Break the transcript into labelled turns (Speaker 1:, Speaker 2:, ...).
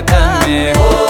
Speaker 1: me.